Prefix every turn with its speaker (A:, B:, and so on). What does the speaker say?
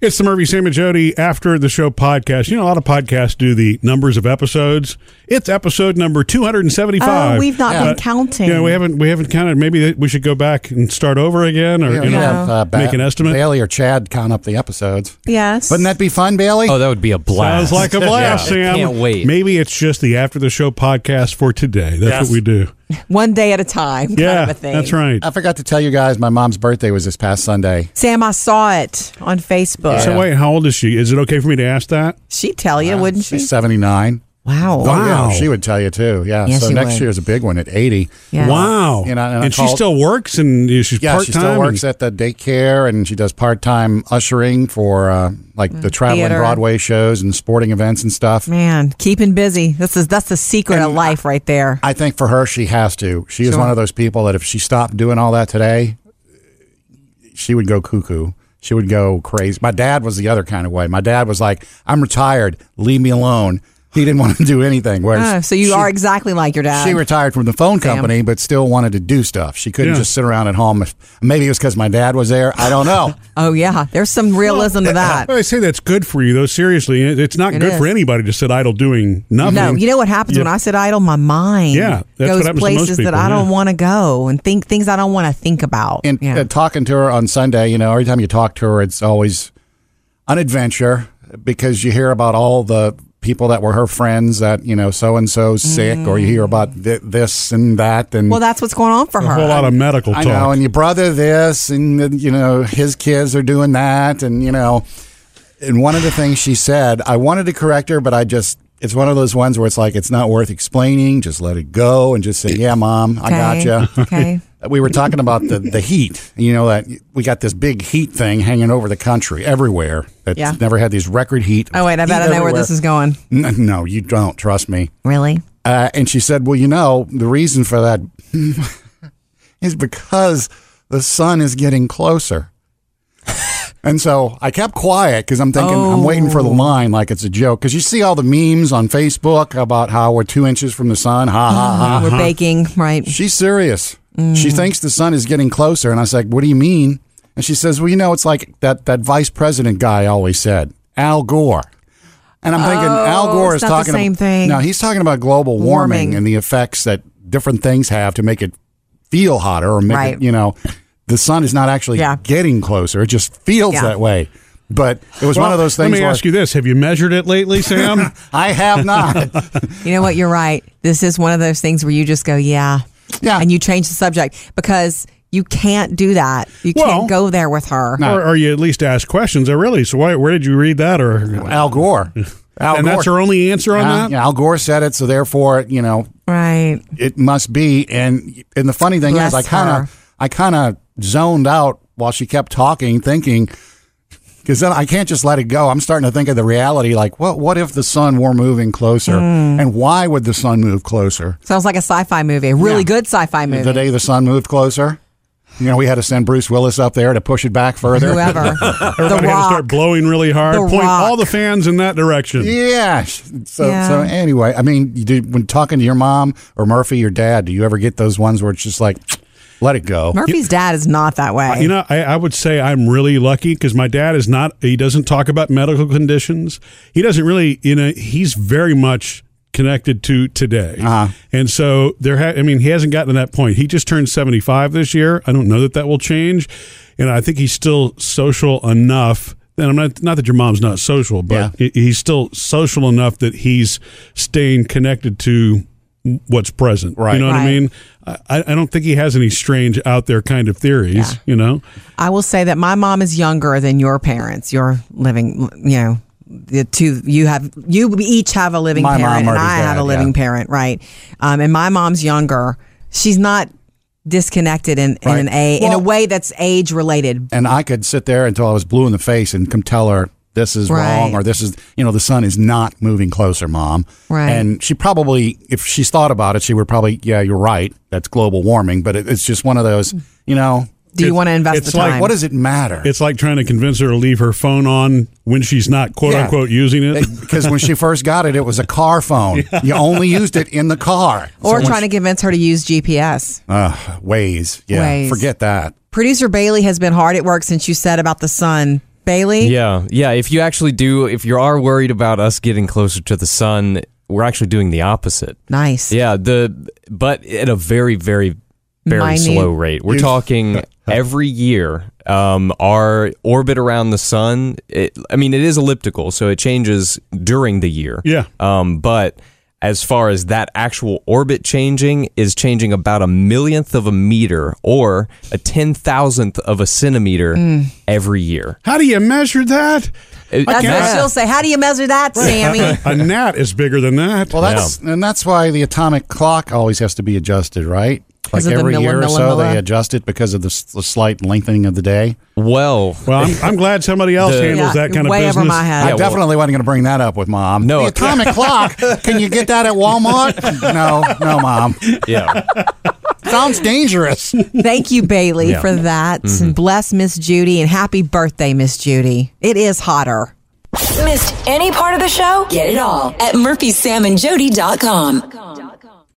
A: It's the Murphy, Sam, and Jody after the show podcast. You know, a lot of podcasts do the numbers of episodes. It's episode number two hundred and seventy-five.
B: Oh, we've not
A: Uh,
B: been counting.
A: Yeah, we haven't we haven't counted. Maybe that we should go back and start over again, or
C: Yeah,
A: you
C: we
A: know,
C: have, uh, Ba-
A: make an estimate.
C: Bailey or Chad count up the episodes.
B: Yes.
C: Wouldn't that be fun, Bailey?
D: Oh, that would be a blast.
A: Sounds like a blast,
D: Yeah,
A: Sam.
D: Can't wait.
A: Maybe it's just the after the show podcast for today. That's
D: Yes.
A: what we do.
B: one day at a time? kind
A: yeah,
B: of a thing.
A: that's right.
C: I forgot to tell you guys my mom's birthday was this past Sunday.
B: Sam, I saw it on Facebook.
A: So wait, how old is she? Is it okay for me to ask that?
B: She'd tell you, wouldn't she?
C: She's 79.
B: Wow.
C: Oh, yeah,
A: Wow.
C: she would tell you too. Yeah.
B: Yeah,
C: so
B: she
C: next
B: would.
C: year's a big one at 80.
B: Yes.
A: Wow.
C: You know, and I
A: and she
C: called-
A: still works and yeah, she's
C: Yeah,
A: part time.
C: she still works at the daycare and she does part time ushering for uh, like the traveling
B: Mm. theater.
C: Broadway shows and sporting events and stuff.
B: Man, keeping busy. This is that's the secret of life right there.
C: I think for her, she has to. She is
B: Sure.
C: one of those people that if she stopped doing all that today, she would go cuckoo. She would go crazy. My dad was the other kind of way. My dad was like, "I'm retired. Leave me alone." He didn't want to do anything. Whereas
B: Oh, so you
C: she,
B: are exactly like your dad.
C: She retired from the phone company, but still wanted to do stuff. She couldn't
A: Yeah.
C: just sit around at home. Maybe it was because my dad was there. I don't know.
B: oh yeah, there's some realism to that.
A: Well, I say that's good for you, though. Seriously, It- it's not
B: It
A: good for
B: is.
A: anybody to sit idle doing nothing.
B: No, you know what happens when I sit idle? My mind
A: Yeah, that's what
B: goes
A: happens to most
B: places that
A: people,
B: I don't
A: yeah.
B: want to go and think things I don't want to think about.
C: And
B: yeah.
C: uh, talking to her on Sunday, you know, every time you talk to her, it's always an adventure because you hear about all the people that were her friends that, you know, so and so's sick, or you hear about th- this and that. And
B: well, that's what's going on for
A: a
B: her.
A: whole lot of medical
C: I
A: talk.
C: know, and your brother this, and, uh, you know, his kids are doing that. And, you know, and one of the things she said, I wanted to correct her, but I just, it's one of those ones where it's like, it's not worth explaining. Just let it go and just say, yeah, mom, I
B: Okay,
C: gotcha
B: Okay.
C: we were talking about the, the heat. You know that we got this big heat thing hanging over the country everywhere. That's
B: Yeah.
C: never had these record heat.
B: Oh wait, I bet I know where this is going.
C: going. No, you don't. Trust me.
B: Really?
C: Uh, and she said, "Well, you know, the reason for that is because the sun is getting closer." and so I kept quiet because I'm thinking I'm waiting for the
B: Oh.
C: line like it's a joke because you see all the memes on Facebook about how we're two inches from the sun. Ha ha ha.
B: We're baking, right?
C: She's serious. She
B: Mm.
C: thinks the sun is getting closer. And I was like, what do you mean? And she says, well, you know, it's like that, that vice president guy always said, Al Gore. And I'm thinking, Al Gore
B: Oh, it's
C: is
B: not the
C: talking
B: same thing.
C: No, he's talking about global warming,
B: Warming.
C: and the effects that different things have to make it feel hotter or make
B: Right.
C: it, you know, the sun is not actually
B: Yeah.
C: getting closer. It just feels
B: Yeah.
C: that way. But it was
A: Well,
C: one of those things
A: Let me
C: where
A: ask you this: Have you measured it lately, Sam?
C: I have not.
B: You know what? You're right. This is one of those things where you just go, yeah.
C: Yeah.
B: And you change the subject because you can't do that. You
A: Well,
B: can't go there with her.
A: or, or you at least ask questions? Oh, really? So why, where did you read that? Or
C: Al Gore. Al
A: and that's
C: Gore.
A: her only answer on
C: Yeah,
A: that.
C: yeah, Al Gore said it, so therefore, you know,
B: Right.
C: it must be. And and the funny thing
B: Bless
C: is, I
B: her.
C: kind of I kind of zoned out while she kept talking, thinking. Because then I can't just let it go. I'm starting to think of the reality, like, what? What if the sun were moving closer,
B: Hmm.
C: and why would the sun move closer?
B: Sounds like a sci-fi movie. A really
C: Yeah.
B: good sci-fi movie.
C: The day the sun moved closer, you know, we had to send Bruce Willis up there to push it back further.
B: Whoever. the
A: Everybody had to
B: Rock.
A: start blowing really hard.
B: The
A: point all
B: Rock.
A: the fans in that direction.
C: yeah. So
B: Yeah.
C: so anyway, I mean, you do, when talking to your mom or Murphy, your dad, do you ever get those ones where it's just like, let it go?
B: Murphy's dad is not that way.
A: You know, I, I would say I'm really lucky because my dad is not, he doesn't talk about medical conditions. He doesn't really, you know, he's very much connected to today.
C: Uh-huh.
A: And so there, ha- I mean, he hasn't gotten to that point. He just turned 75 this year. I don't know that that will change. And I think he's still social enough. And I'm not, not that your mom's not social, but he- he's still social enough that he's staying connected to what's present.
C: Right.
A: You know what I
B: Right.
A: mean? I, I don't think he has any strange out there kind of theories, you know?
B: I will say that my mom is younger than your parents. You're living, you know, the two you have you each have a living
C: My mom,
B: parent, and
C: Marty's
B: I have
C: dad,
B: a living
C: yeah.
B: parent, right? Um, and my mom's younger. She's not disconnected in, in an
C: Right.
B: a in a
C: Well-
B: way that's age related.
C: and I could sit there until I was blue in the face and come tell her this is
B: Right.
C: wrong or this is you know the sun is not moving closer, mom.
B: Right.
C: And she probably, if she's thought about it, she would probably, yeah, you're right. That's global warming, but it, it's just one of those, you know,
B: Do you
A: It's-
B: want to invest
A: it's
B: the
A: like,
B: time?
C: what does it matter?
A: It's like trying to convince her to leave her phone on when she's not quote
C: Yeah.
A: unquote using it.
C: Because when she first got it, it was a car phone. You only used it in the car.
B: or
C: so
B: trying to convince her to use GPS.
C: uh, ways, yeah,
B: Ways.
C: forget that.
B: Producer Bailey has been hard at work since you said about the sun Bailey.
D: Yeah, yeah. If you actually do, if you are worried about us getting closer to the sun, we're actually doing the opposite.
B: Nice.
D: Yeah, the but at a very, very, very
B: Minute.
D: slow rate. We're talking every year. Um, our orbit around the sun. It, I mean, it is elliptical, so it changes during the year.
A: Yeah.
D: Um, but as far as that actual orbit changing is changing about a millionth of a meter or a ten thousandth of a centimeter every year.
A: How do you measure that?
D: It-
B: That's
A: can't-
B: what she'll say. How do you measure that, Sammy?
A: A gnat is bigger than that.
C: Well, that's and that's why the atomic clock always has to be adjusted, right? Like
B: of the
C: every
B: milli-
C: year or so,
B: millimilla.
C: they adjust it because of the, s- the slight lengthening of the day.
D: well,
A: Well, I'm, I'm glad somebody else
D: The-
A: handles that kind of
B: way
A: business.
B: over my head.
C: I
D: well-
C: definitely wasn't going to bring that up with mom.
D: No.
C: the atomic clock. Can you get that at Walmart? No, no, mom.
D: yeah.
C: Sounds dangerous.
B: Thank you, Bailey,
D: Yeah.
B: for that. And bless Miss Judy and happy birthday, Miss Judy. It is hotter.
E: Missed any part of the show? Get it all at murphysamandjody.com.